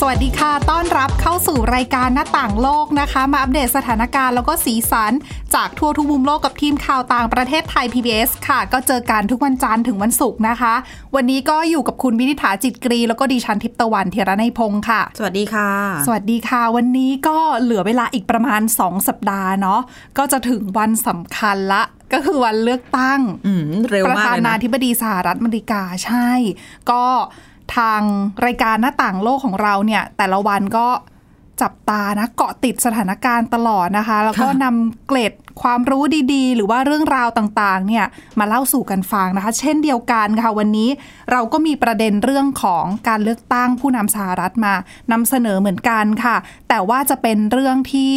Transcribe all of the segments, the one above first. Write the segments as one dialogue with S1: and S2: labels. S1: สวัสดีค่ะ ต้อนรับเข้าสู่รายการหน้าต่างโลกนะคะ มาอัปเดตสถานการณ์แล้วก็สีสัน จากทั่วทุกมุมโลกกับทีมข่าวต่างประเทศไทย PBS ค่ะ ก็เจอกันทุกวันจันทร์ถึงวันศุกร์นะคะ วันนี้ก็อยู่กับคุณวินิษฐาจิตกรี แล้วก็ดิฉันทิพย์ตะวันเทระในยพงค์ค่ะ
S2: สวัสดีค่ะ
S1: สวัสดีค่ะ วันนี้ก็เหลือเวลาอีกประมาณ 2 สัปดาห์เนาะก็จะถึงวันสำคัญละ ก็คือวันเลือกตั้ง
S2: อืม เร็วมากเลย
S1: ประธานา
S2: นะ
S1: ธิบดีสหรัฐอเมริกาใช่ ก็ทางรายการหน้าต่างโลกของเราเนี่ย แต่ละวันก็จับตานะเกาะติดสถานการณ์ตลอดนะคะ แล้วก็
S2: ค่ะ
S1: นำเกล็ดความรู้ดีๆ หรือว่าเรื่องราวต่างๆ เนี่ยมาเล่าสู่กันฟังนะคะ เช่นเดียวกันค่ะ วันนี้เราก็มีประเด็นเรื่องของการเลือกตั้งผู้นำสหรัฐมานำเสนอเหมือนกันค่ะ แต่ว่าจะเป็นเรื่องที่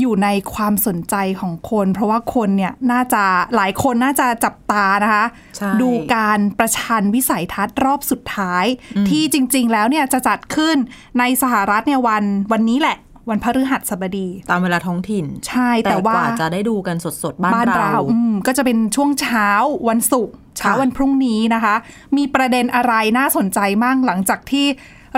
S1: อยู่ในความสนใจของคน เพราะว่าคนเนี่ยน่าจะหลายคนน่าจะจับตานะคะ
S2: ใช่
S1: ดูการประชันวิสัยทัศน์รอบสุดท้าย ที่จริง ๆ แล้วเนี่ยจะจัดขึ้นในสหรัฐเนี่ยวันวันนี้แหละ วันพฤหัสบดี
S2: ตามเวลาท้องถิ่น
S1: ใช่แต่ว่า
S2: กว่าจะได้ดูกันสดๆ บ้านเรา
S1: อืมก็จะเป็นช่วงเช้าวันศุกร์เช้า
S2: ค่ะ
S1: วันพรุ่งนี้นะคะ มีประเด็นอะไรน่าสนใจมั่งหลังจากที่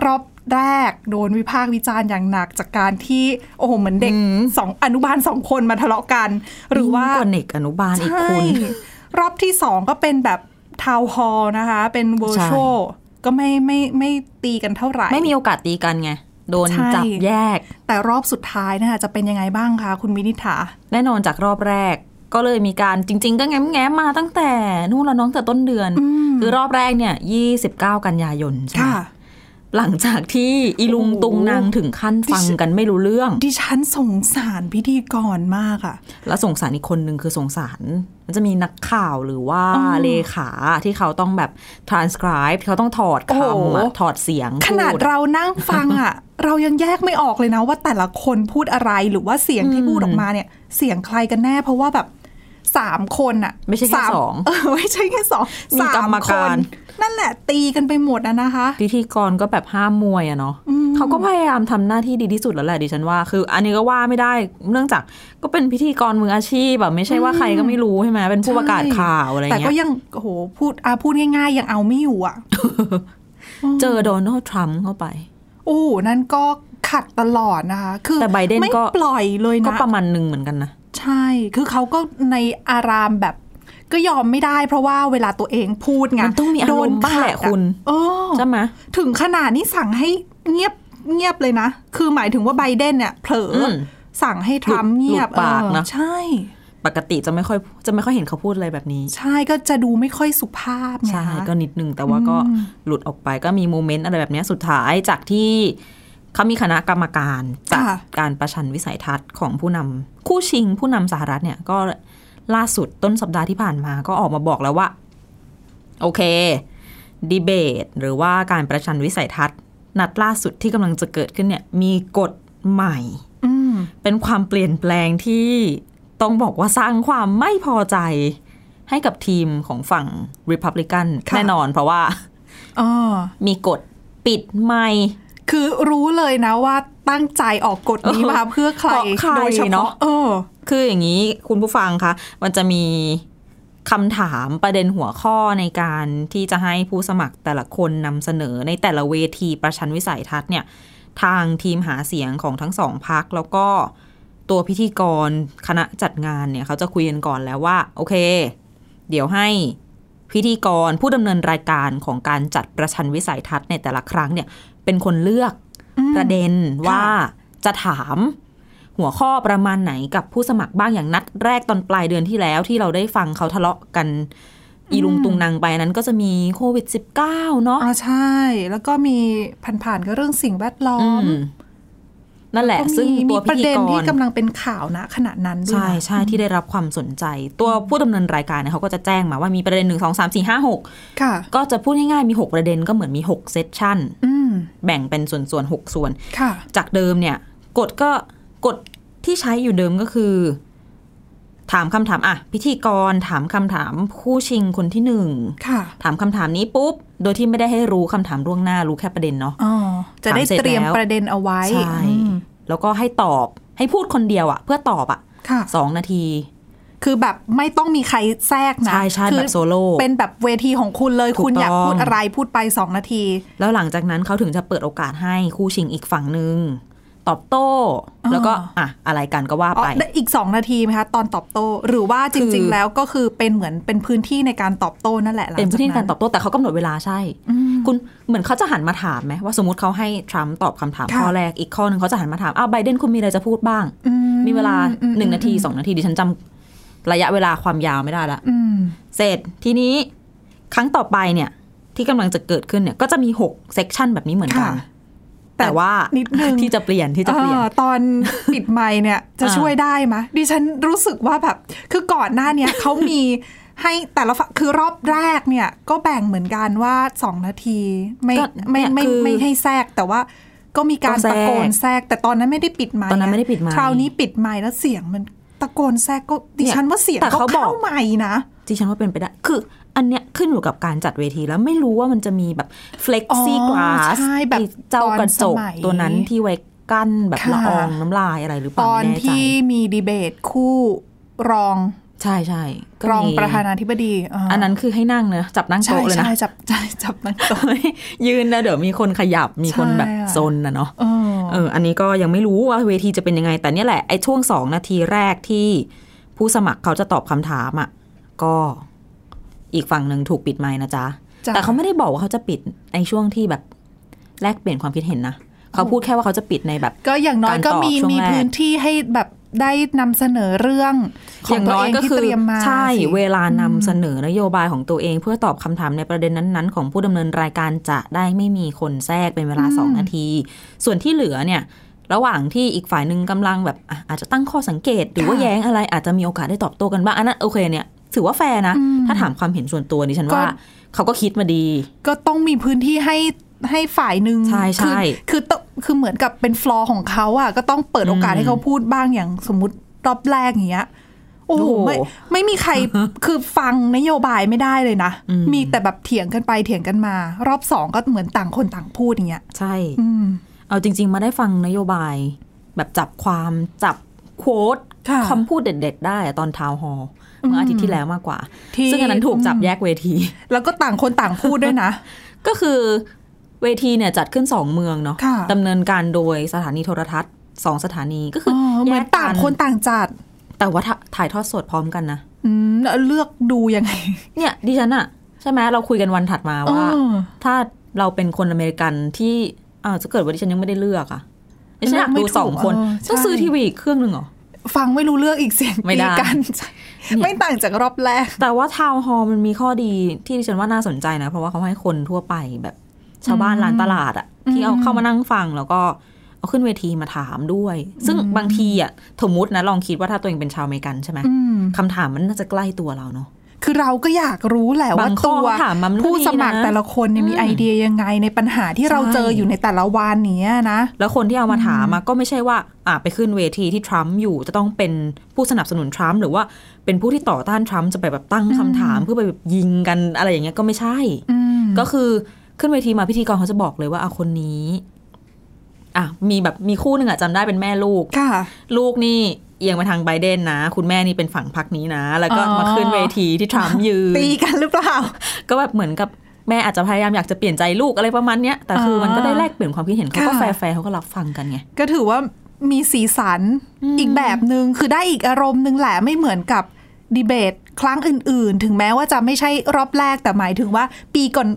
S1: รอบแรกโดนวิพากษ์วิจารณ์อย่างหนักจากการที่โอ้โหเหมือนเด็กสองอนุบาลสองคนมาทะเลาะกัน หรือว่า
S2: ยิ่งกว่าเด็กอนุบาลอีกคุณ
S1: ใช่รอบที่สองก็เป็นแบบทาวน์ฮอลล์นะคะ เป็นเวอร์ชวลก็ไม่ไม่ไม่ตีกันเท่าไหร่
S2: ไม่มีโอกาสตีกันไง โดน
S1: ใช่
S2: จับแยก
S1: แต่รอบสุดท้ายนะคะจะเป็นยังไงบ้างคะคุณวินิษฐา
S2: แน่นอนจากรอบแรก ก็เลยมีการจริง ๆ ก็แง้มแง้มๆมาตั้งแต่นู่นละน้องแต่ต้นเดือน คือรอบแรกเนี่ย 29 กันยายนใช่ไหมหลังจากที่อีลุงตุงนางถึงขั้นฟังกันไม่รู้เรื่อง
S1: ดิฉันสงสารพิธีกรมากอะ
S2: แล้วสงสารอีกคนหนึ่งคือสงสาร มันจะมีนักข่าวหรือว่า
S1: อ๋อ
S2: เลขาที่เขาต้องแบบ transcribe ที่เขาต้องถอดค
S1: โอ้โห
S2: ำอะถอดเสียง
S1: ขนาด
S2: พูอะ
S1: เรานั่งฟังอะ เรายังแยกไม่ออกเลยนะว่าแต่ละคนพูดอะไรหรือว่าเสียงที่พูดออกมาเนี่ย เสียงใครกันแน่ เพราะว่าแบบสามคนอะ
S2: ไม่ใช่แค่
S1: าม
S2: สอง
S1: เอ อไม่ใช่แค่สอง
S2: มี
S1: สาก
S2: ร
S1: ม
S2: รม
S1: ค
S2: การ
S1: นนั่นแหละ ตีกันไปหมดอะนะคะ
S2: พิธีกรก็แบบห้ามมวยอะเนาะเขาก็พยายามทำหน้าที่ดีที่สุดแล้วแหละดิฉันว่า คือ อันนี้ก็ว่าไม่ได้เนื่องจากก็เป็นพิธีกรมืออาชีพแบบไม่ใช่ว่าใครก็ไม่รู้ใช่ไหมเป็นผู้ประกาศข่าวอะไร
S1: แต่ก็
S2: เงี้ย
S1: ยังโอ้โหพูดอาพูดง่ายๆ ยังเอาไม่อยู่อ่ะ
S2: เจอโดนัลด์ทรัมป์เข้าไป
S1: โอ้โหนั่นก็ขัดตลอดนะคะ คือ
S2: แต่ไบเดน
S1: ไม่
S2: ก็
S1: ปล่อยเลย
S2: ก็
S1: นะ
S2: ประมาณหนึ่งเหมือนกันนะ
S1: ใช่ คือเขาก็ในอารามแบบ ก็ยอมไม่ได้ เพราะว่าเวลาตัวเองพูดไง
S2: มันต้องมีอารมณ์
S1: โดน
S2: บ้างแหละ
S1: ขัดอ
S2: คุณ
S1: เออ
S2: ใช่ไหม
S1: ถึงขนาดนี้สั่งให้เงียบเงียบเลยนะ คือหมายถึงว่าไบเดนเนี่ย เผลออ
S2: ม
S1: สั่งให้ทรัมป์เงียบ
S2: หลุดปาก
S1: เออ
S2: นะ
S1: ใช่
S2: ปกติจะไม่ค่อยจะไม่ค่อยเห็นเขาพูดอะไรแบบนี้
S1: ใช่ก็จะดูไม่ค่อยสุภาพไง
S2: ใช่
S1: คะ
S2: ก็นิดนึงแต่ว่าก็หลุดออกไปก็มีโมเมนต์อะไรแบบเนี้ยสุดท้ายจากที่เขามีคณะกรรมการจาก
S1: ค่ะ
S2: การประชันวิสัยทัศน์ของผู้นำคู่ชิงผู้นำสหรัฐเนี่ยก็ล่าสุดต้นสัปดาห์ที่ผ่านมาก็ออกมาบอกแล้วว่า โอเคดีเบตหรือว่าการประชันวิสัยทัศน์ นัดล่าสุดที่กำลังจะเกิดขึ้นเนี่ยมีกฎใหม่
S1: อืม
S2: เป็นความเปลี่ยนแปลงที่ต้องบอกว่าสร้างความไม่พอใจให้กับทีมของฝั่ง Republican
S1: ค่ะ
S2: แน่นอนเพราะว่า
S1: อ๋อ
S2: มีกฎปิดไม่
S1: คือรู้เลยนะว่าตั้งใจออกกฎนี้มาเพื่อใครโดยเฉพาะเออ
S2: คืออย่างนี้คุณผู้ฟังคะ มันจะมีคำถามประเด็นหัวข้อในการที่จะให้ผู้สมัครแต่ละคนนำเสนอในแต่ละเวทีประชันวิสัยทัศน์เนี่ย ทางทีมหาเสียงของทั้งสองพักแล้วก็ตัวพิธีกรคณะจัดงานเนี่ย เขาจะคุยกันก่อนแล้วว่า โอเค เดี๋ยวให้พิธีกรผู้ดำเนินรายการของการจัดประชันวิสัยทัศน์ในแต่ละครั้งเนี่ย เป็นคนเลือกประเด็นว่าจะถามหัวข้อประมาณไหนกับผู้สมัครบ้างอย่างนัดแรกตอนปลายเดือนที่แล้วที่เราได้ฟังเขาทะเลาะกัน อีลุงตุงนางไปนั้นก็จะมีโควิด -19 เนาะ
S1: อ่าใช่ แล้วก็มีผ่านๆก็เรื่องสิ่งแวดล้อม
S2: อืมนั่นแหละ
S1: ก็
S2: ซึ่ง
S1: มี
S2: ตั
S1: มี
S2: ว
S1: ป
S2: พิ
S1: ระ
S2: ธี
S1: เด็น
S2: ก
S1: ที่
S2: ร
S1: กำลังเป็นข่าวนะขณะนั้นด้วย
S2: ใช่
S1: นะ
S2: ใช่ที่ได้รับความสนใจ ตัวผู้ดำเนินรายการเนี่ยเขาก็จะแจ้งมาว่ามีประเด็นหนึ่งสองสามสี่ห้าหก
S1: ค่ะ
S2: ก็จะพูดง่ายๆมีหกประเด็นก็เหมือนมีหกเซสชั่น
S1: อืม
S2: แบ่งเป็นส่วนส่วนๆหกส่วน
S1: ค่ะ
S2: จากเดิมเนี่ยกฎก็กฎที่ใช้อยู่เดิมก็คือ ถามคำถามอ่ะ พิธีกรถามคำถามผู้ชิงคนที่หนึ่ง
S1: ค่ะ
S2: ถามคำถามนี้ปุ๊บ โดยที่ไม่ได้ให้รู้คำถามล่วงหน้ารู้แค่ประเด็นเนาะ
S1: อ๋อ จะได้
S2: ถาสจ
S1: เตรียม
S2: แล้ว
S1: ประเด็นเอาไว้
S2: ใช่
S1: อืม
S2: แล้วก็ให้ตอบให้พูดคนเดียวอะเพื่อตอบอะ
S1: ค่ะ
S2: สองนาที
S1: คือแบบไม่ต้องมีใครแทรกนะ
S2: ใช่ใช่
S1: คือ
S2: แบบโซโล่
S1: เป็นแบบเวทีของคุณเลย
S2: ถูก
S1: คุณอยาก
S2: ต้อง
S1: พูดอะไรพูดไปสองนาที
S2: แล้วหลังจากนั้นเขาถึงจะเปิดโอกาสให้คู่ชิงอีกฝั่งหนึ่งตอบโต้
S1: อ่า
S2: แล้วก็อ่ะอะไรกันก็ว่า
S1: อ๋อ
S2: ไป
S1: ได้อีก 2 นาทีไหมคะ ตอนตอบโต้ หรือว่าจ
S2: คื
S1: ริง
S2: อ
S1: ๆ แล้วก็คือเป็นเหมือนเป็นพื้นที่ในการตอบโต้นั่นแหละหลัง
S2: เป็นพื้นที่ใน
S1: จ
S2: การตอบโต้แต่เขากำหนดเวลาใช่ คุณเหมือนเขาจะหันมาถามไหมว่าสมมติเขาให้ทรัมป์ตอบคำถามข้อแรกอีกข้อหนึ่งเขาจะหันมาถามอ้าวไบเดนคุณมีอะไรจะพูดบ้าง
S1: อื
S2: มีเวลา
S1: อืม
S2: หนึ่งนาทีสองนาทีดิฉันจำระยะเวลาความยาวไม่ได้ละ
S1: อืม
S2: เสร็จทีนี้ครั้งต่อไปเนี่ยที่กำลังจะเกิดขึ้นเนี่ยก็จะมีหกเซกชันแบบนี้เหมือนกั
S1: ค่ะ
S2: น แต่ว่า
S1: นิดนึง
S2: ที่จะเปลี่ยนที่จะเปลี่ยน
S1: เออตอน ปิดไมค์เนี่ยจะ
S2: อ่า
S1: ช่วยได้ไหมดิฉันรู้สึกว่าแบบ คือก่อนหน้าเนี้ย เขามีให้แต่ละฝั่งคือรอบแรกเนี่ย ก็แบ่งเหมือนกันว่า 2 นาที ไม่
S2: ก็
S1: ไม่
S2: เนี่ย
S1: ไม่
S2: คือ
S1: ไม่ให้แทรกแต่ว่าก็มีการตะ
S2: ต้องแทรก
S1: โกนแทรก แต่ตอนนั้นไม่ได้ปิดไมค์
S2: ตอนนั้นไม่ได้ปิดไมค์
S1: คราวนี้ปิดไมค์แล้วเสียงมันตะโกนแทรกก็ดิฉันว่าเสียง
S2: แต่
S1: ก็
S2: เขาบอก
S1: เข้าไมค์นะ
S2: ดิฉันว่าเป็นไปได้ คืออันเนี้ยขึ้นอยู่กับการจัดเวทีแล้วไม่รู้ว่ามันจะมีแบบ flexi
S1: อ๋อ
S2: glass
S1: ใช่แบบ
S2: เจ้ากระจก
S1: ตอนสมัย
S2: ตัวนั้นที่ไว้กั้นแบบ
S1: ค่ะ
S2: ละอองน้ำลายอะไรหรือเป
S1: ต
S2: ล่า
S1: อน
S2: ไม่แน่ใจ
S1: ที่มีดีเบตคู่รอง
S2: ใช่ใช่ก็มี
S1: รองประธานาธิบดีา
S2: อันนั้นคือให้นั่งเนอะจับนั่ง
S1: ใช่
S2: โต๊ะเลยนะ
S1: ใช่จับใช่จับนั่งโต๊ะ
S2: ยืนนะเดี๋ยวมีคนขยับมีคนแบบ
S1: ใช่อะ
S2: ซนนะเนาะ
S1: เออ
S2: เออ อันนี้ก็ยังไม่รู้ว่าเวทีจะเป็นยังไง แต่เนี่ยแหละไอ้ช่วงสองนาทีแรกที่ผู้สมัครเขาจะตอบคำถามอ่ะ ก็อีกฝั่งหนึ่งถูกปิดไมค์นะจ๊ะ
S1: จ้ะ
S2: แต่เขาไม่ได้บอกว่าเขาจะปิดในช่วงที่แบบแลกเปลี่ยนความคิดเห็นนะ เขาพูดแค่ว่าเขาจะปิดในแบบ
S1: ก็อย่างน้อยก็มี
S2: การตอบช่วง
S1: มี
S2: แรก
S1: พื้นที่ให้แบบได้นำเสนอเรื่องข
S2: อ
S1: อง
S2: ย่าง
S1: ตัว
S2: น้อย
S1: เอง
S2: ก็
S1: ที่
S2: คือ
S1: เตรียมมา
S2: ใช่
S1: สิ
S2: เวลานำเสนอนโยบายของตัวเอง เพื่อตอบคำถามในประเด็นนั้นๆ ของผู้ดำเนินรายการจะได้ไม่มีคนแทรกเป็นเวลา 2 นาที ส่วนที่เหลือเนี่ย ระหว่างที่อีกฝ่ายหนึ่งกำลังแบบอ่ะอาจจะตั้งข้อสังเกต หรือว่าแย้งอะไรอาจจะมีโอกาสได้ตอบโต้กันบ้างอันนั้นโอเคเนี่ยถือว่าแฟร์นะ ถ้าถามความเห็นส่วนตัวดิฉันว่า เขาก็คิดมาดี
S1: ก็ต้องมีพื้นที่ให้ให้ฝ่ายหนึ่ง
S2: ใช่ใช่
S1: คือคือต้องคือเหมือนกับเป็นฟลอร์ของเขาอ่ะก็ต้องเปิดโอกาส
S2: อืม
S1: ให้เขาพูดบ้างอย่างสมมติรอบแรกอย่างเงี้ยโอ้โห
S2: โอ้โห
S1: ไม่ไม่มีใคร คือฟังนโยบายไม่ได้เลยนะ
S2: อืม
S1: มีแต่แบบเถียงกันไปเถียงกันมา รอบสองก็เหมือนต่างคนต่างพูดอย่างเงี้ย
S2: ใช่
S1: อืม
S2: เอาจริง ๆ มาได้ฟังนโยบาย แบบจับความจับโค้ด
S1: ค่ะ
S2: คำพูดเด็ด ๆ ได้อะตอนทาวน์ฮอลล์เมื่ออาทิตย์ที่แล้วมากกว่า
S1: ที่
S2: ซึ่งอันนั้นถูกจับแยกเวที
S1: แล้วก็ต่างคนต่างพูดด้วยนะ
S2: ก็คือเวทีเนี่ยจัดขึ้น 2 เมืองเนาะ
S1: ค่ะ
S2: ดำเนินการโดยสถานีโทรทัศน์ 2 สถานีก็คือ
S1: อ๋อ
S2: อ
S1: เหมือน
S2: แยกกั
S1: ต่างคนต่างจัด
S2: แต่ว่าถ่าถ่ายทอดสดพร้อมกันนะ
S1: อืมแล้วเลือกดูยังไง
S2: เนี่ยดิฉันอะใช่ไหมเราคุยกันวันถัดมาว่า
S1: เออ
S2: ถ้าเราเป็นคนอเมริกันที่อ้าวจะเกิดว่าดิฉันยังไม่ได้เลือกอะดิฉันอยาก
S1: เลือกไม่
S2: ดูสอง
S1: ถูก
S2: คน
S1: เออ
S2: ต้อง
S1: ใช่
S2: ซื้อทีวีอีกเครื่องหนึ่งเหรอ
S1: ฟังไม่รู้เรื่องอีกเสียง
S2: ไม่ได้
S1: ตีกันใช่ไม่ต่างจากรอบแรก
S2: แต่ว่าทาวน์ฮอลล์มันมีข้อดีที่ดิฉันว่าน่าสนใจนะ เพราะว่าเขาให้คนทั่วไปแบบชาวบ้านร้านตลาดอะที่เอาเข้ามานั่งฟังแล้วก็เอาขึ้นเวทีมาถามด้วย ซึ่งบางทีอะสมมตินะลองคิดว่าถ้าตัวเองเป็นชาวอเมริกันใช่ไหม
S1: อืม
S2: คำถามมันน่าจะใกล้ตัวเราเนาะ
S1: คือเราก็อยากรู้แหละว่า
S2: บางข้อ
S1: ตัว
S2: ถามมามันก็
S1: ผู้สมัคร
S2: ดีนะ
S1: แต่ละคนเนี่ยมีไอเดียยังไงในปัญหาที่เรา
S2: ใช่
S1: เจออยู่ในแต่ละวันเนี้ยนะ
S2: แล้วคนที่เอามาถามมาก็ไม่ใช่ว่าอ่ะไปขึ้นเวทีที่ทรัมป์อยู่จะต้องเป็นผู้สนับสนุนทรัมป์หรือว่าเป็นผู้ที่ต่อต้านทรัมป์จะไปแบบตั้งคำถามเพื่อไปแบบยิงกันอะไรอย่างเงี้ยก็ไม่ใช่
S1: อืม
S2: ก็คือขึ้นเวทีมาพิธีกรเขาจะบอกเลยว่าอ่ะคนนี้ อ่ะมีแบบมีคู่หนึ่งอ่ะจำได้เป็นแม่ลูก
S1: ค่ะ
S2: ลูกนี่เอียงไปทางไบเดนนะ คุณแม่นี่เป็นฝั่งพรรคนี้นะ แล้วก็
S1: อ๋อ
S2: มาขึ้นเวทีที่ทรัมป์ยืน
S1: ตีกันหรือเปล่า
S2: ก็แบบเหมือนกับแม่อาจจะพยายามอยากจะเปลี่ยนใจลูกอะไรประมาณเนี้ยแต่คือมันก็ได้แลกเปลี่ยนความคิดเห็นเขาก็
S1: ค่ะ
S2: แฟร์ๆเขาก็รับฟังกันไง
S1: ก็ถือว่ามีสีสันอีกแบบหนึง่งคือได้อีกอารมณ์หนึ่งแหละไม่เหมือนกับดีเบต ครั้งอื่น ๆ ถึงแม้ว่าจะไม่ใช่รอบแรกแต่หมายถึงว่าปีก่อน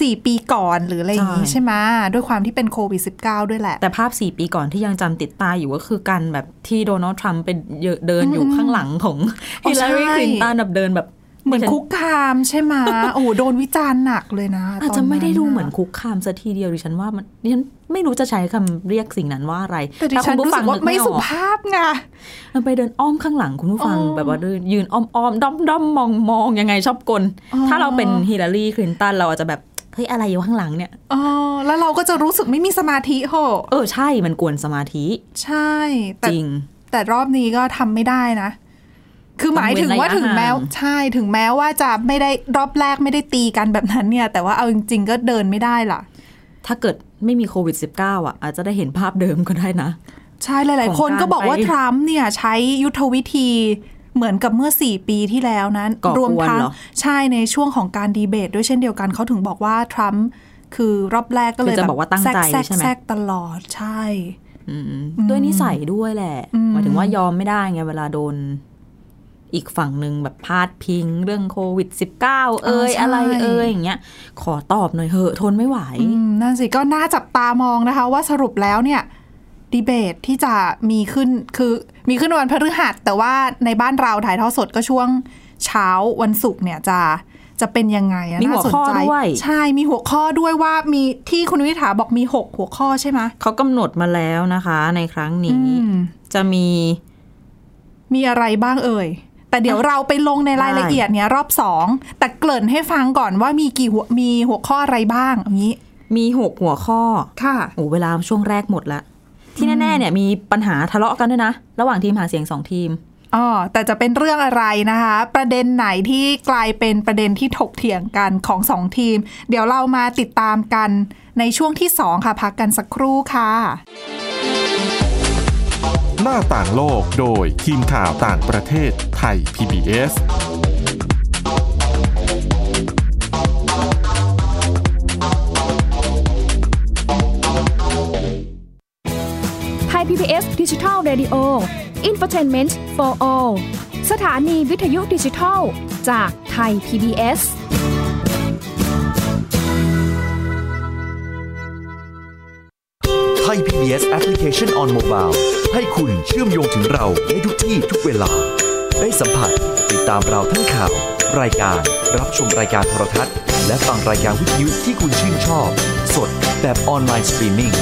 S1: สี่ปีก่อนหรืออะไรอย่างนี้
S2: ใช่
S1: ใช่ไหมด้วยความที่เป็นโควิด -19 ด้วยแหละ
S2: แต่ภาพ 4 ปีก่อนที่ยังจำติดตาอยู่ก็คือการแบบที่โดนัลด์ทรัมป์ไปเดินอยู่ข้างหลังของ
S1: อ๋อ
S2: ฮิลลารี
S1: ใช่
S2: คลินตันแบบเดินแบบ
S1: เหมือนคุกคามใช่ไหม โอ้โหโดนวิจารณ์หนักเลยนะ
S2: อาจ
S1: ตน
S2: จะ
S1: นั้น
S2: ไม่ได้ดูเหมือน
S1: น่ะ
S2: คุกคามซะทีเดียวดิฉันว่ามันดิฉันไม่รู้จะใช้คำเรียกสิ่งนั้นว่าอะไร
S1: แต่ดิ
S2: ถ้า
S1: ฉัน
S2: คุณ
S1: รู้
S2: ผู้
S1: สึ
S2: ฟั
S1: กว่า
S2: นึก
S1: ไม่
S2: ออก
S1: สุภาพไง
S2: มันไปเดินอ้อมข้างหลังคุณผู้ฟัง
S1: อ๋อ
S2: แบบว่าเดินยืนอ้อมอ้อมด้อมด้อมมองมองยังไงชอบกล
S1: อ๋อ
S2: ถ้าเราเป็นฮิลลารีคลินตันเราอาจจะแบบเฮ้ยอะไรอยู่ข้างหลังเนี่ย
S1: อ๋อแล้วเราก็จะรู้สึกไม่มีสมาธิโห
S2: เออใช่มันกวนสมาธิ
S1: ใช่แต่
S2: จริง
S1: แต่รอบนี้ก็ทำไม่ได้นะ คือหมายถึงว่า
S2: ต้องเว้นระยะ
S1: ถึงแม้
S2: ห่าง
S1: ใช่ถึงแม้ว่าจะไม่ได้รอบแรกไม่ได้ตีกันแบบนั้นเนี่ย แต่ว่าเอาจริง ๆ ก็เดินไม่ได้ล่ะ
S2: ถ้าเกิดไม่มีโควิด -19 อ่ะอาจจะได้เห็นภาพเดิมก็ได้นะ
S1: ใช่หลาย
S2: ของ
S1: ๆ คนก็บอกว่า
S2: การไป
S1: ทรัมป์เนี่ยใช้ยุทธวิธีเหมือนกับเมื่อ 4 ปีที่แล้วนั้น
S2: ก่อกวน
S1: รวมทั้ง
S2: เหรอ
S1: ใช่ในช่วงของการดีเบต ด้วยเช่นเดียวกันเขาถึงบอกว่าทรัมป์คือรอบแรกก็เลย
S2: คือจะบอกว่าตั้งใจ
S1: แทรก
S2: ใช่ไหม
S1: แทรกตลอดใช่
S2: อืมด้วยนิสัยด้วยแหละ
S1: อืม
S2: หมายถึงว่ายอมไม่ได้ไงเวลาโดน อีกฝั่งหนึ่งแบบพาดพิง เรื่องโควิด -19 เอ่ยอะไรเอ่ยอย่างเงี้ย ขอตอบหน่อยเหอะทนไม่ไหว
S1: อืมนั่นสิก็น่าจับตามองนะคะ ว่าสรุปแล้วเนี่ยดีเบตที่จะมีขึ้นคือมีขึ้นวันพฤหัส แต่ว่าในบ้านเราถ่ายทอดสดก็ช่วงเช้าวันศุกร์เนี่ยจะจะเป็นยังไงอะ
S2: มีหัว
S1: น่าสน
S2: ข้อ
S1: ใจ
S2: ด้วย
S1: ใช่มีหัวข้อด้วยว่ามีที่คุณวิถาบอกมีหกหัวข้อใช่ไหม
S2: เขากำหนดมาแล้วนะคะ ในครั้ง
S1: อื
S2: นี้
S1: ม
S2: จะมี
S1: มีอะไรบ้างเอ่ย แต่เดี๋ยวเราไปลงในราย
S2: ได้
S1: ละเอียดเนี้ยรอบสองแต่เกริ่นให้ฟังก่อนว่ามีกี่หัวมีหัวข้ออะไรบ้างอย่างนี้
S2: มีหกหัวข้อ
S1: ค่ะ
S2: โอ้เวลาช่วงแรกหมดละ ที่แน่ๆเนี่ยมีปัญหาทะเลาะกันด้วยนะ ระหว่างทีมหาเสียงสองทีม
S1: อ๋อ แต่จะเป็นเรื่องอะไรนะคะ ประเด็นไหนที่กลายเป็นประเด็นที่ถกเถียงกันของสองทีม เดี๋ยวเรามาติดตามกันในช่วงที่สองค่ะ พักกันสักครู่ค่ะ
S3: หน้าต่างโลกโดยทีมข่าวต่างประเทศไทย PBS
S4: ไทย PBS ดิจิทัล Radio Infotainment for All สถานีวิทยุดิจิทัลจากไทย PBS
S5: ไทย PBS Application on Mobile ให้คุณเชื่อมโยงถึงเราได้ทุกที่ทุกเวลา ได้สัมผัสติดตามเราทั้งข่าว รายการรับชมรายการโทรทัศน์ และฟังรายการวิทยุที่คุณชื่นชอบ สดแบบออนไลน์สตรีมมิ่ง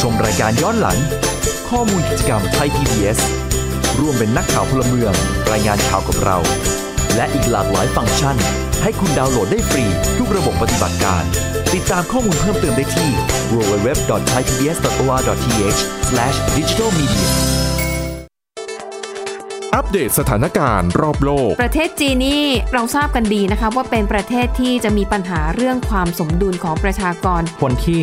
S5: ชมรายการย้อนหลัง ข้อมูลกิจกรรมไทย PBS ร่วมเป็นนักข่าวพลเมือง รายงานข่าวกับเรา และอีกหลากหลายฟังก์ชัน ให้คุณดาวน์โหลดได้ฟรี ทุกระบบปฏิบัติการ ติดตามข้อมูลเพิ่มเติมได้ที่ www.thaipbs.or.th/digitalmedia
S3: อัปเดตสถานการณ์รอบโลก
S6: ประเทศจีนนี่เราทราบกันดีนะคะว่าเป็นประเทศที่จะมีปัญหาเรื่องความสมดุลของประชากร
S7: คนที่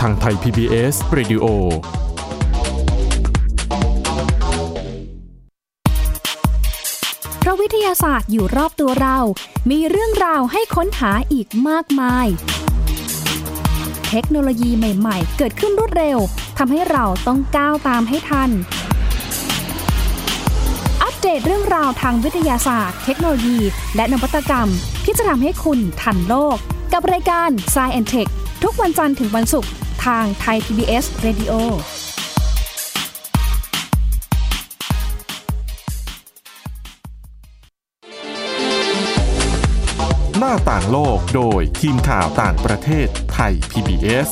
S3: ทางไทย PBS Radio
S4: เพราะวิทยาศาสตร์อยู่รอบตัวเรา มีเรื่องราวให้ค้นหาอีกมากมาย เทคโนโลยีใหม่ๆ เกิดขึ้นรวดเร็ว ทำให้เราต้องก้าวตามให้ทัน อัปเดตเรื่องราวทางวิทยาศาสตร์ เทคโนโลยี และนวัตกรรม ที่จะทำให้คุณทันโลก กับรายการ s c i e n t e c h ทุกวันจันทร์ถึงวันศุกร์ทางไทย PBS Radio
S3: หน้าต่างโลกโดยทีมข่าวต่างประเทศไทย PBS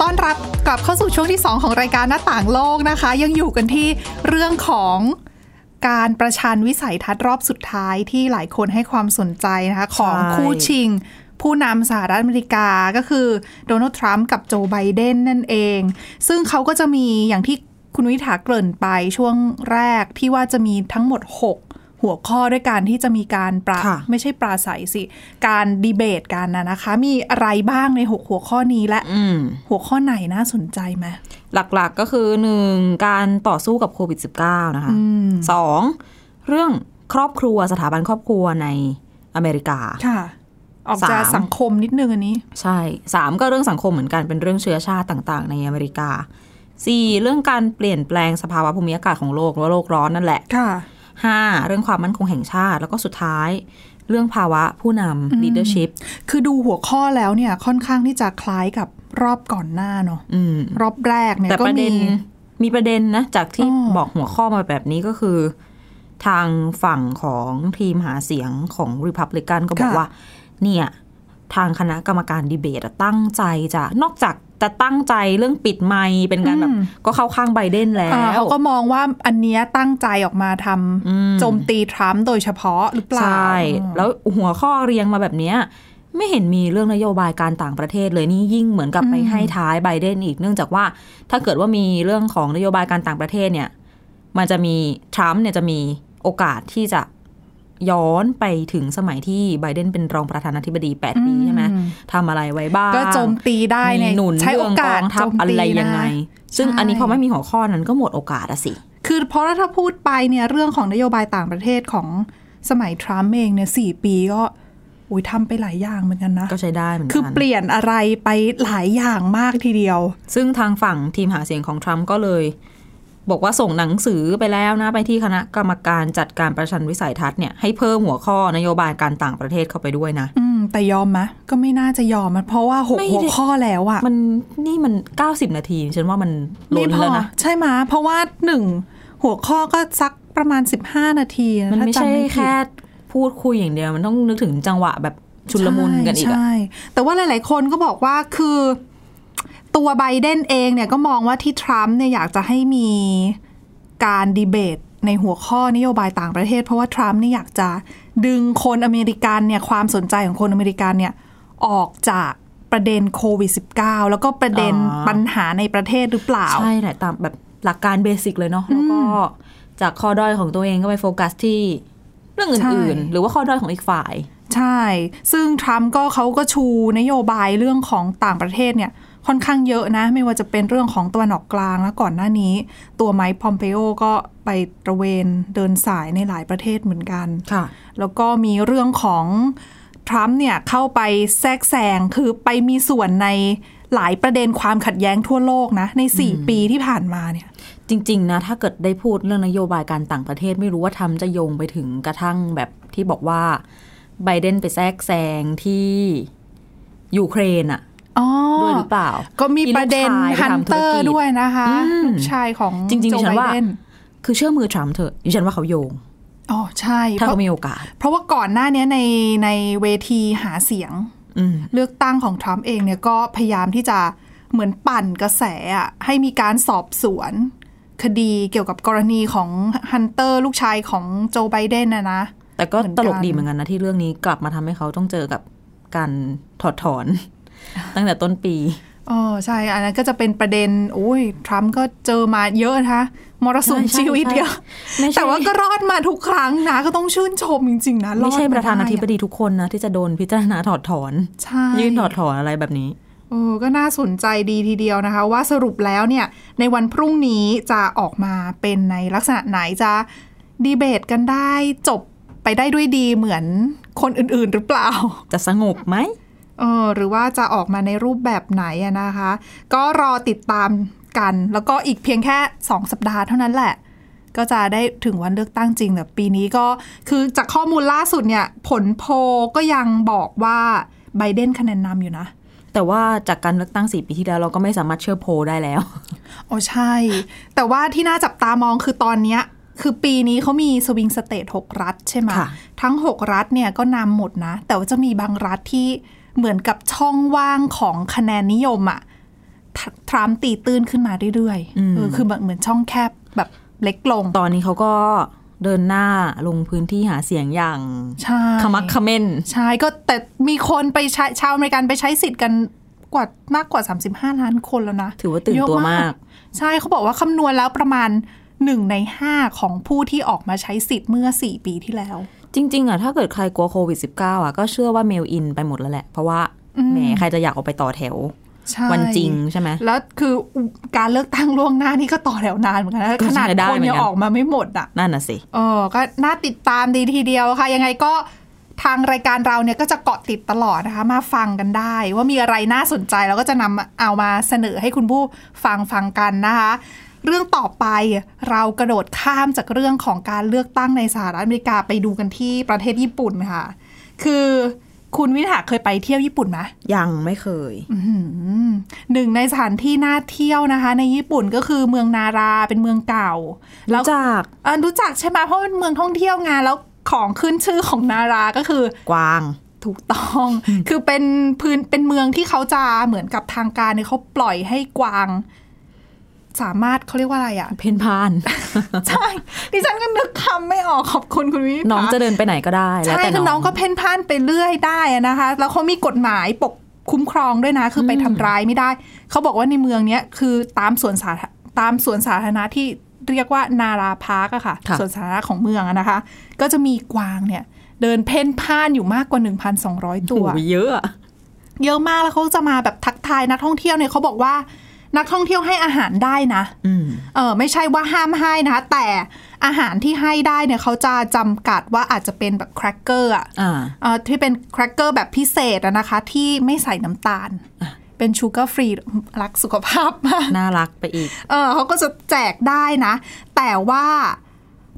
S1: ต้อนรับกลับเข้าสู่ช่วงที่ 2 ของรายการหน้าต่างโลกนะคะ ยังอยู่กันที่เรื่องของการประชันวิสัยทัศน์รอบสุดท้ายที่หลายคนให้ความสนใจนะคะ ของ
S2: ใช่
S1: คู่ชิง ผู้นำสหรัฐอเมริกาก็คือโดนัลด์ทรัมป์กับโจไบเดนนั่นเอง ซึ่งเขาก็จะมีอย่างที่คุณวิถาเกริ่นไปช่วงแรกที่ว่าจะมีทั้งหมด 6 หัวข้อด้วยการที่จะมีการปรา
S2: ค่ะ
S1: ไม่ใช่ปราศัยสิ การดีเบตกันนะนะคะ มีอะไรบ้างใน 6 หัวข้อนี้และ
S2: อืม
S1: หัวข้อไหนน่าสนใจไหม
S2: หลักๆก็คือหนึ่งการต่อสู้กับโควิด -19 นะคะ
S1: อืม
S2: สองเรื่องครอบครัวสถาบันครอบครัวในอเมริกา
S1: ค่ะ ออกจะ
S2: สาม
S1: สังคมนิดนึงอันนี้
S2: ใช่สามก็เรื่องสังคมเหมือนกันเป็นเรื่องเชื้อชาติต่างๆ ในอเมริกาสี่เรื่องการเปลี่ยนแปลงสภาวะภูมิอากาศของโลกหรือว่าโลกร้อนนั่นแหละ
S1: ค่ะ
S2: 5 เรื่องความมั่นคงแห่งชาติ แล้วก็สุดท้าย เรื่องภาวะผู้นำ leadership
S1: คือดูหัวข้อแล้วเนี่ยค่อนข้างที่จะคล้ายกับรอบก่อนหน้าเนาะ
S2: อืม
S1: รอบแรกเนี่ย
S2: แต่
S1: ก็
S2: ประ
S1: มี
S2: เด็นมีประเด็นนะ จากที่
S1: อ๋อ
S2: บอกหัวข้อมาแบบนี้ก็คือ ทางฝั่งของทีมหาเสียงของ Republican ก็บอกว่า เนี่ย ทางคณะกรรมการดีเบตอะตั้งใจจะนอกจากจะตั้งใจเรื่องปิดไมค์เป็นการแบ
S1: อื
S2: บ
S1: ม
S2: ก็เข้าข้างไบเดนแล้
S1: อ่าว เขาก็มองว่าอันเนี้ยตั้งใจออกมาทำโจมตีทรัมป์โดยเฉพาะหรือเปล่า
S2: ใช่
S1: อืม
S2: แล้วหัวข้อเรียงมาแบบเนี้ยไม่เห็นมีเรื่องนโยบายการต่างประเทศเลยนี่ยิ่งเหมือนกับไป
S1: อืม
S2: ให้ท้ายไบเดนอีกเนื่องจากว่าถ้าเกิดว่ามีเรื่องของนโยบายการต่างประเทศเนี่ย มันจะมีทรัมป์เนี่ยจะมีโอกาสที่จะย้อนไปถึงสมัยที่ไบเดนเป็นรองประธานาธิบดี 8 ปีใช่ไหมทำอะไรไว้บ้าง
S1: ก็โจมตีได้ใน
S2: มีหนุน
S1: ใช้โอ
S2: เรื่อง
S1: กาก ส
S2: องทั
S1: โจ
S2: พ
S1: ม
S2: อะ
S1: ตี
S2: ไรยังไง
S1: นะ
S2: ซึ่ง
S1: ใช่
S2: อันนี้พอไม่มีหัวข้อนั้นก็หมดโอกาสอะสิ
S1: คือเพราะถ้าพูดไปเนี่ยเรื่องของนโยบายต่างประเทศของสมัยทรัมป์เองเนี่ยสี่ปีก็อุ้ยทำไปหลายอย่างเหมือนกันนะ
S2: ก็ใช้ได้เหมือนกัน
S1: คือเปลี่ยนอะไรไปหลายอย่างมากทีเดียว
S2: ซึ่งทางฝั่งทีมหาเสียงของทรัมป์ก็เลย บอกว่าส่งหนังสือไปแล้วนะ ไปที่คณะกรรมการจัดการประชันวิสัยทัศน์เนี่ยให้เพิ่มหัวข้อนโยบายการต่างประเทศเข้าไปด้วยนะ
S1: อืม แต่ยอมมะ ก็ไม่น่าจะยอมมันเพราะว่าหก
S2: ไม่ได้
S1: หัวข้อแล้วอะ
S2: มันนี่มัน 90 นาที ฉันว่ามันล้
S1: ไม่
S2: น
S1: พอ
S2: แล้วนะ
S1: ใช่ไหมะเพราะว่าหนึ่งหัวข้อก็สักประมาณ 15 นาทีะ
S2: มันไม่
S1: ถ้า
S2: ใช่
S1: จำผิด
S2: แค่พูดคุยอย่างเดียว มันต้องนึกถึงจังหวะแบบชุลมุนกันอีก
S1: ใช่
S2: อะ
S1: ใช่แต่ว่าหลาย ๆ คนก็บอกว่าคือตัวไบเดนเองเนี่ยก็มองว่าที่ทรัมป์เนี่ยอยากจะให้มีการดีเบตในหัวข้อนโยบายต่างประเทศ เพราะว่าทรัมป์เนี่ยอยากจะดึงคนอเมริกันเนี่ยความสนใจของคนอเมริกันเนี่ยออกจากประเด็นโควิด -19 แล้วก็ประเด็น
S2: อ๋อ
S1: ปัญหาในประเทศหรือเปล่า
S2: ใช่แหละตามแบบหลักการเบสิกเลยเนาะแล้วก็จากข้อด้อยของตัวเองก็ไปโฟกัสที่เรื่องอื่น
S1: ใช่
S2: ๆ หรือว่าข้อด้อยของอีกฝ่าย
S1: ใช่ ซึ่งทรัมป์ก็เขาก็ชูนโยบายเรื่องของต่างประเทศเนี่ย ค่อนข้างเยอะนะ ไม่ว่าจะเป็นเรื่องของตะวันออกกลางแล้วก่อนหน้านี้ ตัวไมค์พอมเปโอก็ไปตระเวนเดินสายในหลายประเทศเหมือนกัน
S2: ค่ะ
S1: แล้วก็มีเรื่องของทรัมป์เนี่ยเข้าไปแทรกแซงคือไปมีส่วนในหลายประเด็นความขัดแย้งทั่วโลกนะ ใน 4 ปีที่ผ่านมาเนี่ย
S2: จริงๆนะถ้าเกิดได้พูดเรื่องนโยบายการต่างประเทศไม่รู้ว่าทำจะโยงไปถึงกระทั่งแบบที่บอกว่าไบเดนไปแทรกแซงที่ยูเครนอะ
S1: อ๋อ
S2: ด้วยหรือเปล่า
S1: ก็มีประเด็น
S2: มีลูกชาย
S1: ฮันเตอ
S2: ไปทำธุรกิ
S1: ร์
S2: จ
S1: ด้วยนะคะ
S2: อืม
S1: ลูกชายของ
S2: จริงๆ
S1: โจ
S2: ฉัน
S1: ไบ
S2: ว่า
S1: เดน
S2: คือเชื่อมือทรัมป์เถอะดิฉันว่าเขาโยง
S1: อ๋อใช่เพ
S2: ถ้าเขา
S1: ราะ
S2: มีโอกาส
S1: เพราะว่าก่อนหน้าเนี้ยในในเวทีหาเสียง
S2: อืม
S1: เลือกตั้งของทรัมป์เองเนี่ยก็พยายามที่จะเหมือนปั่นกระแสอะให้มีการสอบสวน คดีเกี่ยวกับกรณีของฮันเตอร์ลูกชายของโจไบเดนนะนะ
S2: แต่ก็
S1: เหมือนกัน
S2: ตลกดีเหมือนกันนะที่เรื่องนี้กลับมาทำให้เขาต้องเจอกับการถอดถ อน ตั้งแต่ต้นปี
S1: อ๋อใช่ อันนั้นก็จะเป็นประเด็นโอ้ยทรัมป์ก็เจอมาเยอะนะคะมรสุม
S2: ใช่ใช่
S1: ชีวิตเยอะ
S2: ใช่ไม่ใช่
S1: แต่ว่าก็รอดมาทุกครั้งนะ ก็ต้องชื่นชมจริงๆนะอ
S2: ไม่
S1: ด
S2: ใช่ประธานาธิบ
S1: มได้อ
S2: ดีทุกคนนะที่จะโดนพิจารณาถอดถอน
S1: ะใช่
S2: ยื่นถอดถอนอะไรแบบนี้
S1: โอ้ก็น่าสนใจดีทีเดียวนะคะ ว่าสรุปแล้วเนี่ยในวันพรุ่งนี้จะออกมาเป็นในลักษณะไหนจะดีเบตกันได้จบไปได้ด้วยดีเหมือนคนอื่นๆหรือเปล่า
S2: จะสงบไหม
S1: เออหรือว่าจะออกมาในรูปแบบไหนอะนะคะ ก็รอติดตามกัน แล้วก็อีกเพียงแค่ 2 สัปดาห์เท่านั้นแหละ ก็จะได้ถึงวันเลือกตั้งจริงแต่ปีนี้ก็คือจากข้อมูลล่าสุดเนี่ยผลโพลก็ยังบอกว่าไบเดนคะแนนนำอยู่นะ
S2: แต่ว่าจากการเลือกตั้งสี่ปีที่แล้วเราก็ไม่สามารถเชื่อโพลได้แล้ว
S1: โอ้ใช่ แต่ว่าที่น่าจับตามองคือตอนเนี้ยคือปีนี้เขามีสวิงสเตท6รัฐใช่ไหม
S2: ค่ะ
S1: ทั้ง 6 รัฐเนี่ยก็นำหมดนะ แต่ว่าจะมีบางรัฐที่เหมือนกับช่องว่างของคะแนนนิยมอะททรัมป์ตีตื้นขึ้นมาเรื่อยๆเออคือแบบเหมือนช่องแคบแบบเล็กลง
S2: ตอนนี้เขาก็เดินหน้าลงพื้นที่หาเสียงอย่าง
S1: ใช่
S2: ขมักเขม้น
S1: ใช่ก็แต่มีคนไปใช้ชาวอเมริกันไปใช้สิทธิ์กันกว่ามากกว่า 35 ล้านคนแล้วนะ
S2: ถือว่าตื่นตัวมาก
S1: ใช่เขาบอกว่าคำนวณแล้วประมาณ 1 ใน 5 ของผู้ที่ออกมาใช้สิทธิ์เมื่อ 4 ปีที่แล้ว
S2: จริง ๆอ่ะถ้าเกิดใครกลัวโควิด -19 อ่ะก็เชื่อว่าเมลอินไปหมดแล้วแหละ เพราะว่าแหมใครจะอยากออกไปต่อแถว
S1: ใช่
S2: วันจริงใช่ไหม
S1: แล้วคือการเลือกตั้งล่วงหน้านี่ก็ต่อแถวนานเหมือนกันนะ
S2: ก็
S1: ข
S2: ใช้
S1: นาด
S2: ได้
S1: คน
S2: เหมือนกัน
S1: ยังออกมาไม่หมดอ่ะ
S2: นั่นน่ะสิ
S1: เออก็น่าติดตามดีทีเดียวค่ะ ยังไงก็ทางรายการเราเนี่ยก็จะเกาะติดตลอดนะคะ มาฟังกันได้ ว่ามีอะไรน่าสนใจเราก็จะนำเอามาเสนอให้คุณผู้ฟังฟังกันนะคะ เรื่องต่อไปเรากระโดดข้ามจากเรื่องของการเลือกตั้งในสหรัฐอเมริกาไปดูกันที่ประเทศญี่ปุ่นค่ะ คือคุณวิถาเคยไปเที่ยวญี่ปุ่นไหม
S2: ยังไม่เคย
S1: อื้อหือหนึ่งในสถานที่น่าเที่ยวนะคะ ในญี่ปุ่นก็คือเมืองนาราเป็นเมืองเก่า แล้ว
S2: รู้จัก
S1: อ่ะรู้จักใช่ไหมเพราะมันเมืองท่องเที่ยวไงานแล้วของขึ้นชื่อของนาราก็คือ
S2: กวาง
S1: ถูกต้อง คือเป็นพื้นเป็นเมืองที่เขาจะเหมือนกับทางการเนี่ยเขาปล่อยให้กวาง สามารถเขาเรียกว่าอะไรอ่ะ
S2: เพนพาน
S1: ใช่ ดิฉันก็นึกคำไม่ออกขอบคุณคุณวิภา
S2: น้องจะเดินไปไหนก็ได้แล้ว
S1: ใช่
S2: แต่
S1: คือน้องก็เพ่นพ่านไปเรื่อยได้อะนะคะ แล้วเขามีกฎหมายปกคุ้มครองด้วยนะ คือไปทำร้ายไม่ได้ เขาบอกว่าในเมืองเนี้ยคือตามสวนสาธาตามสวนสาธารณะที่เรียกว่านาราพาร์กอะค่ะ
S2: ค่ะ
S1: สวนสาธารณะของเมืองอะนะคะ ก็จะมีกวางเนี่ย เดินเพ่นพ่านอยู่มากกว่า 1,200 ตัว
S2: โอ้ยเยอะอะ
S1: เยอะมากแล้วเขาจะมาแบบทักทายนักท่องเที่ยวเนี่ยเขาบอกว่านักท่องเที่ยวให้อาหารได้นะ
S2: อืม
S1: เออไม่ใช่ว่าห้ามให้นะคะ แต่อาหารที่ให้ได้เนี่ยเขาจะจำกัดว่าอาจจะเป็นแบบแครกเกอร์อะ
S2: อ่า
S1: เอ่อที่เป็นแครกเกอร์แบบพิเศษอะนะคะ ที่ไม่ใส่น้ำตาล เป็นชูการ์ฟรีรักสุขภาพมาก
S2: น่ารักไปอีก
S1: เออเขาก็จะแจกได้นะ แต่ว่า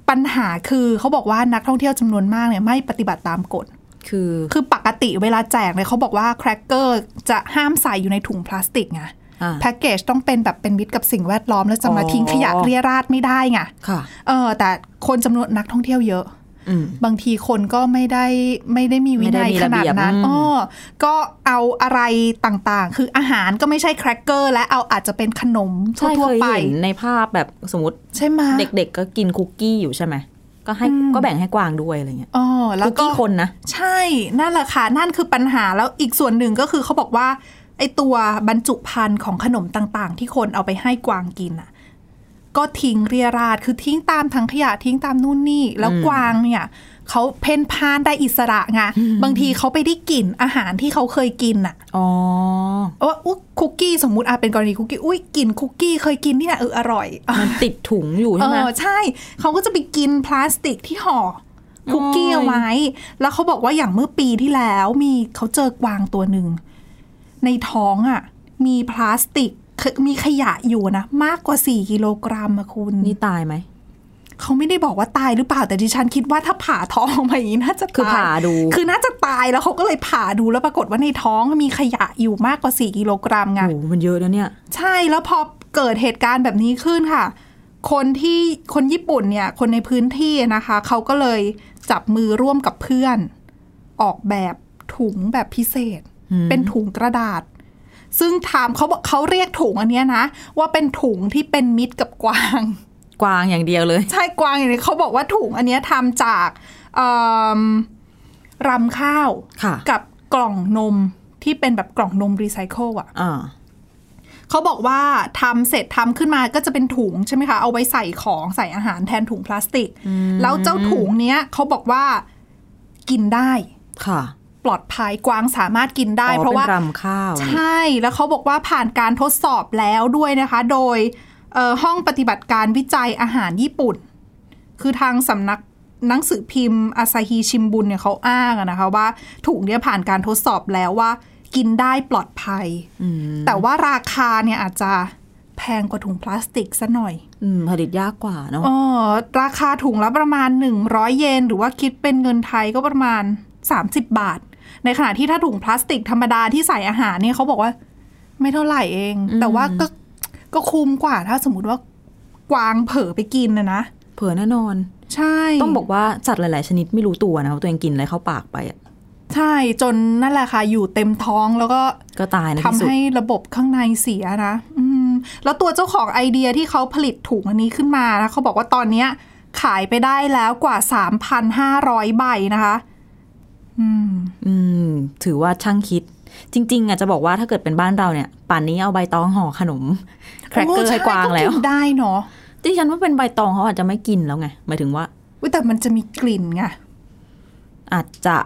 S1: ปัญหาคือเขาบอกว่านักท่องเที่ยวจำนวนมากเนี่ยไม่ปฏิบัติตามกฎ
S2: คือ
S1: คือปกติเวลาแจกเนี่ยเขาบอกว่าแครกเกอร์จะห้ามใส่อยู่ในถุงพลาสติกไง
S2: อ่า
S1: แพ็กเกจต้องเป็นแบบเป็นมิตรกับสิ่งแวดล้อม แล้วจะมา
S2: อ๋อ
S1: ทิ้งขยะเรียราดไม่ได้ไง
S2: ค่ะ
S1: เออแต่คนจำนวนนักท่องเที่ยวเยอะ
S2: อืม
S1: บางทีคนก็ไม่ได้ไม่ได้มีวินัย
S2: ไม่ได้มี
S1: ข
S2: ระเบี
S1: นาด
S2: ยบ
S1: นั้น
S2: อืม
S1: อ้อก็เอาอะไรต่างๆ คืออาหารก็ไม่ใช่แครกเกอร์และเอาอาจจะเป็นขนม
S2: ใช่
S1: ทั่ว
S2: เคย
S1: ๆไป
S2: เห็นในภาพแบบสมมติ
S1: ใช่ไหม
S2: เด็กๆก็กินคุกกี้อยู่ใช่ไหม ก็ให้
S1: อืม
S2: ก็แบ่งให้กวางด้วยอะไรเงี้ย
S1: อ๋อแล้
S2: คุ
S1: ว
S2: ก
S1: ก็
S2: กี้คนนะ
S1: ใช่นั่นแหละค่ะ นั่นคือปัญหาแล้วอีกส่วนหนึ่งก็คือเขาบอกว่า ไอตัวบรรจุภัณฑ์ของขนมต่างๆ ที่คนเอาไปให้กวางกินอ่ะ ก็ทิ้งเรียราดคือทิ้งตามถังขยะทิ้งตามนู่นนี่ แล้วกวางเนี่ยเขาเพ่นพ่านได้อิสระไงบางทีเขาไปได้กลิ่นอาหารที่เขาเคยกินอ่ะ
S2: อ๋อ
S1: ว่าอุ๊ยคุกกี้สมมุติอาเป็นกรณีคุกกี้อุ้ยกลิ่นคุกกี้เคยกินที่ไหนเอออร่อย
S2: มันติดถุงอยู่ใช่ไหม
S1: เออใช่ เขาก็จะไปกินพลาสติกที่ห่อคุกกี้เอาไว้ แล้วเขาบอกว่าอย่างเมื่อปีที่แล้วมีเขาเจอกวางตัวหนึ่ง ในท้องอ่ะ มีพลาสติกคือมีขยะอยู่นะ มากกว่า 4 กิโลกรัมอะคุณ
S2: นี่ตายไหม
S1: เขาไม่ได้บอกว่าตายหรือเปล่าแต่ดิฉันคิดว่าถ้าผ่าท้องออกมาอย่างนี้น่าจะ
S2: คือ
S1: ตย
S2: ผ่าดู
S1: คือน่าจะตายแล้วเขาก็เลยผ่าดูแล้วปรากฏว่าในท้องมีขยะอยู่มากกว่า 4 กิโลกรัมไง
S2: โอ้โหมันเยอะนะเนี่ย
S1: ใช่แล้วพอเกิดเหตุการณ์แบบนี้ขึ้นค่ะ คนที่คนญี่ปุ่นเนี่ยคนในพื้นที่นะคะ เขาก็เลยจับมือร่วมกับเพื่อน ออกแบบถุงแบบพิเศษ เป็นถุงกระดาษ ซึ่งถามเขาบอกเขาเรียกถุงอันเนี้ยนะ ว่าเป็นถุงที่เป็นมิตรกับกวาง
S2: กวางอย่างเดียวเลย
S1: ใช่กวางอย่างนี้เขาบอกว่าถุงอันเนี้ยทำจากเอิ่มรำข้าว
S2: ค่ะ
S1: กับกล่องนมที่เป็นแบบกล่องนมรีไซเคิลอะ
S2: อ่า
S1: เขาบอกว่าทำเสร็จทำขึ้นมาก็จะเป็นถุงใช่ไหมคะ เอาไว้ใส่ของใส่อาหารแทนถุงพลาสติก แล้วเจ้าถุงเนี้ยเขาบอกว่ากินได้
S2: ค่ะ
S1: ปลอดภัยกวางสามารถกินได้
S2: อ๋อ
S1: เพราะว่า
S2: นรำข้าวนี่
S1: ใช่แล้วเขาบอกว่าผ่านการทดสอบแล้วด้วยนะคะ โดยเอ่อห้องปฏิบัติการวิจัยอาหารญี่ปุ่น คือทางสำนักหนังสือพิมพ์อาซาฮีชิมบุนเนี่ยเขาอ้างอะนะคะว่าถุงเนี่ยผ่านการทดสอบแล้วว่า กินได้ปลอดภัย แต่ว่าราคาเนี่ยอาจจะแพงกว่าถุงพลาสติกซะหน่อย
S2: อืมผลิตยากกว่าเนาะ
S1: อ๋อราคาถุงละประมาณ 100 เยน หรือว่าคิดเป็นเงินไทยก็ประมาณ 30 บาท ในขณะที่ถ้าถุงพลาสติกธรรมดาที่ใส่อาหารเนี่ยเขาบอกว่า ไม่เท่าไหร่เอง แต่ว่าก็ก็คุ้มกว่าถ้าสมมติว่ากวางเผลอไปกินนะนะ
S2: เผื่อแน่นอน
S1: ใช่
S2: ต้องบอกว่าสัตว์หลาย ๆ ชนิดไม่รู้ตัวนะว่าตัวเองกินอะไรเข้าปากไปอะ
S1: ใช่จนนั่นแหละค่ะ อยู่เต็มท้องแล้วก็
S2: ก็ตายในที่
S1: ทำ
S2: สุด
S1: ให้ระบบข้างในเสียนะ อืม แล้วตัวเจ้าของไอเดียที่เขาผลิตถุงอันนี้ขึ้นมานะเขาบอกว่าตอนเนี้ย ขายไปได้แล้วกว่า 3,500 ใบนะคะ อืม
S2: อืม ถือว่าช่างคิด จริง ๆ อ่ะจะบอกว่าถ้าเกิดเป็นบ้านเราเนี่ย ป่านนี้เอาใบตองห่อขนม แครกเกอ
S1: โอ้
S2: ร์
S1: ใช่
S2: ให้กวางแล้ว
S1: นได้เนาะ
S2: ดิฉันว่าเป็นใบตองเขาอาจจะไม่กินแล้วไงหมายถึงว่า
S1: อุ๊ยแต่มันจะมีกลิ่นไง
S2: อาจจะ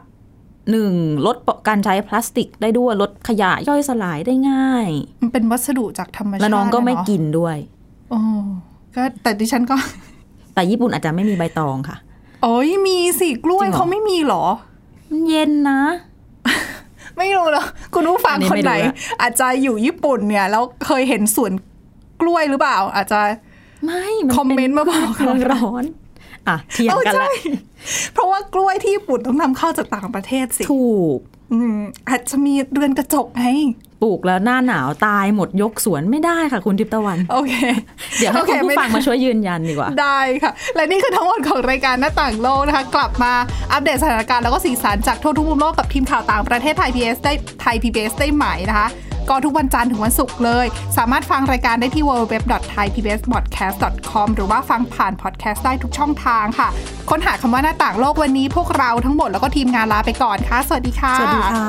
S2: หนึ่งลดการใช้พลาสติกได้ด้วยลดขยะย่อยสลายได้ง่าย
S1: มันเป็นวัสดุจากธรรมชาติ
S2: และน้องก็ไม่
S1: ะเาะ
S2: กินด้วย
S1: โอ้ก็แต่ดิฉันก็
S2: แต่ญี่ปุ่นอาจจะไม่มีใบตองค่ะ
S1: โอ้ยมีสิกล้วย
S2: จริงเหรอ
S1: เขาไม่มีเหรอ
S2: มันเย็นนะ
S1: ไม่รู้หรอกคุณผู้ฟัง
S2: อันนี้
S1: คน
S2: ไม่รู้
S1: ไหน
S2: ละ
S1: อาจจะอยู่ญี่ปุ่นเนี่ย แล้วเคยเห็นสวนกล้วยหรือเปล่า อาจจะ
S2: ไม่
S1: คอมเมนต์มาบอก
S2: เครื่องร้อน อ่ะเถียงกัน
S1: เออ
S2: ละ
S1: ใช่เพราะว่ากล้วยที่ญี่ปุ่นต้องนำเข้าจากต่างประเทศสิ
S2: ถูก
S1: อืมอาจจะมีเรือนกระจกไง
S2: ปลูกแล้วหน้าหนาวตายหมดยกสวนไม่ได้ค่ะคุณทิพย์ตะวัน
S1: โอเค
S2: เดี๋ยวให้
S1: โอ
S2: คุณผู้
S1: ไได้
S2: ฟังมาช่วยยืนยันดีกว่า
S1: ได้ค่ะ และนี่คือทั้งหมดของรายการหน้าต่างโลกนะคะ กลับมาอัปเดตสถานการณ์แล้วก็สีสันจากทั่วทุกมุมโลกกับทีมข่าวต่างประเทศไทย PBS ได้ไทย PBS ได้ใหม่นะคะ ก็ทุกวันจันทร์ถึงวันศุกร์เลย สามารถฟังรายการได้ที่ www.thaipbspodcast.com หรือว่าฟังผ่านพอดแคสต์ได้ทุกช่องทางค่ะ ค้นหาคำว่าหน้าต่างโลกวันนี้พวกเราทั้งหมดแล้วก็ทีมงานลาไปก่อนค่ะ สวัสดีค่ะ
S2: สวัสดีค่ะ